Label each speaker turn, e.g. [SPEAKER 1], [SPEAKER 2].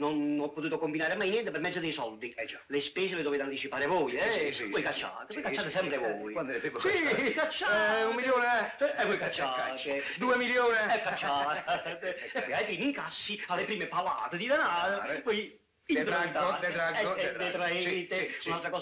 [SPEAKER 1] ho potuto combinare mai niente per mezzo dei soldi.
[SPEAKER 2] Eh già.
[SPEAKER 1] Le spese le dovete anticipare voi, eh?
[SPEAKER 2] Sì, sì,
[SPEAKER 1] voi
[SPEAKER 2] sì.
[SPEAKER 1] cacciate,
[SPEAKER 2] Sì,
[SPEAKER 1] voi cacciate
[SPEAKER 2] sì,
[SPEAKER 1] sempre
[SPEAKER 2] sì.
[SPEAKER 1] voi.
[SPEAKER 2] Quando le devo
[SPEAKER 1] sì,
[SPEAKER 2] cacciare?
[SPEAKER 1] cacciate.
[SPEAKER 2] Eh, un milione, eh?
[SPEAKER 1] E voi
[SPEAKER 2] Eh,
[SPEAKER 1] cacciate.
[SPEAKER 2] cacci. Due milioni?
[SPEAKER 1] E cacciate. e poi ai primi incassi, alle prime palate di denaro,
[SPEAKER 2] Eh.
[SPEAKER 1] poi...
[SPEAKER 2] Detraggo,
[SPEAKER 1] introitate.
[SPEAKER 2] detraggo,
[SPEAKER 1] Eh, eh,
[SPEAKER 2] detraggo. Sì,
[SPEAKER 1] detraete,
[SPEAKER 2] sì, sì.
[SPEAKER 1] un'altra cosa